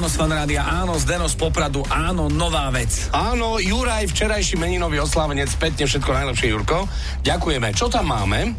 z Fanrádia, áno, Zdeno z Popradu, áno, nová vec. Áno, Juraj, včerajší meninový oslávenec, spätne všetko najlepšie, Jurko. Ďakujeme. Čo tam máme?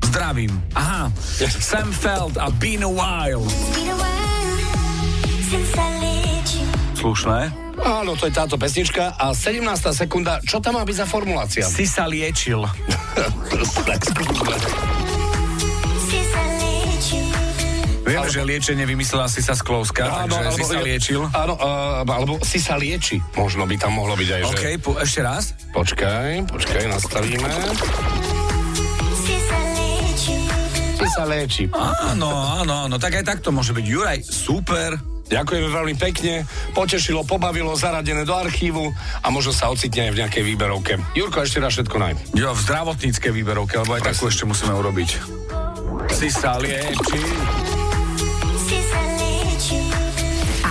Zdravím. Aha, Sam Feld a Been a While. Slušné. Áno, to je táto pesnička a 17. sekunda, čo tam má byť za formulácia? Si sa liečil. tak skúsme. Viem, že liečenie vymyslela si sa Sklovská, takže si sa liečil. Áno, uh, alebo si sa lieči. Možno by tam mohlo byť aj, OK, že... po, ešte raz. Počkaj, počkaj, nastavíme. Si sa lieči. Áno, áno, áno, tak aj takto môže byť. Juraj, super. Ďakujeme veľmi pekne, potešilo, pobavilo, zaradené do archívu a možno sa ocitne aj v nejakej výberovke. Jurko, ešte raz všetko naj. Jo, v zdravotníckej výberovke, lebo aj takú ešte musíme urobiť. Si sa liečil. A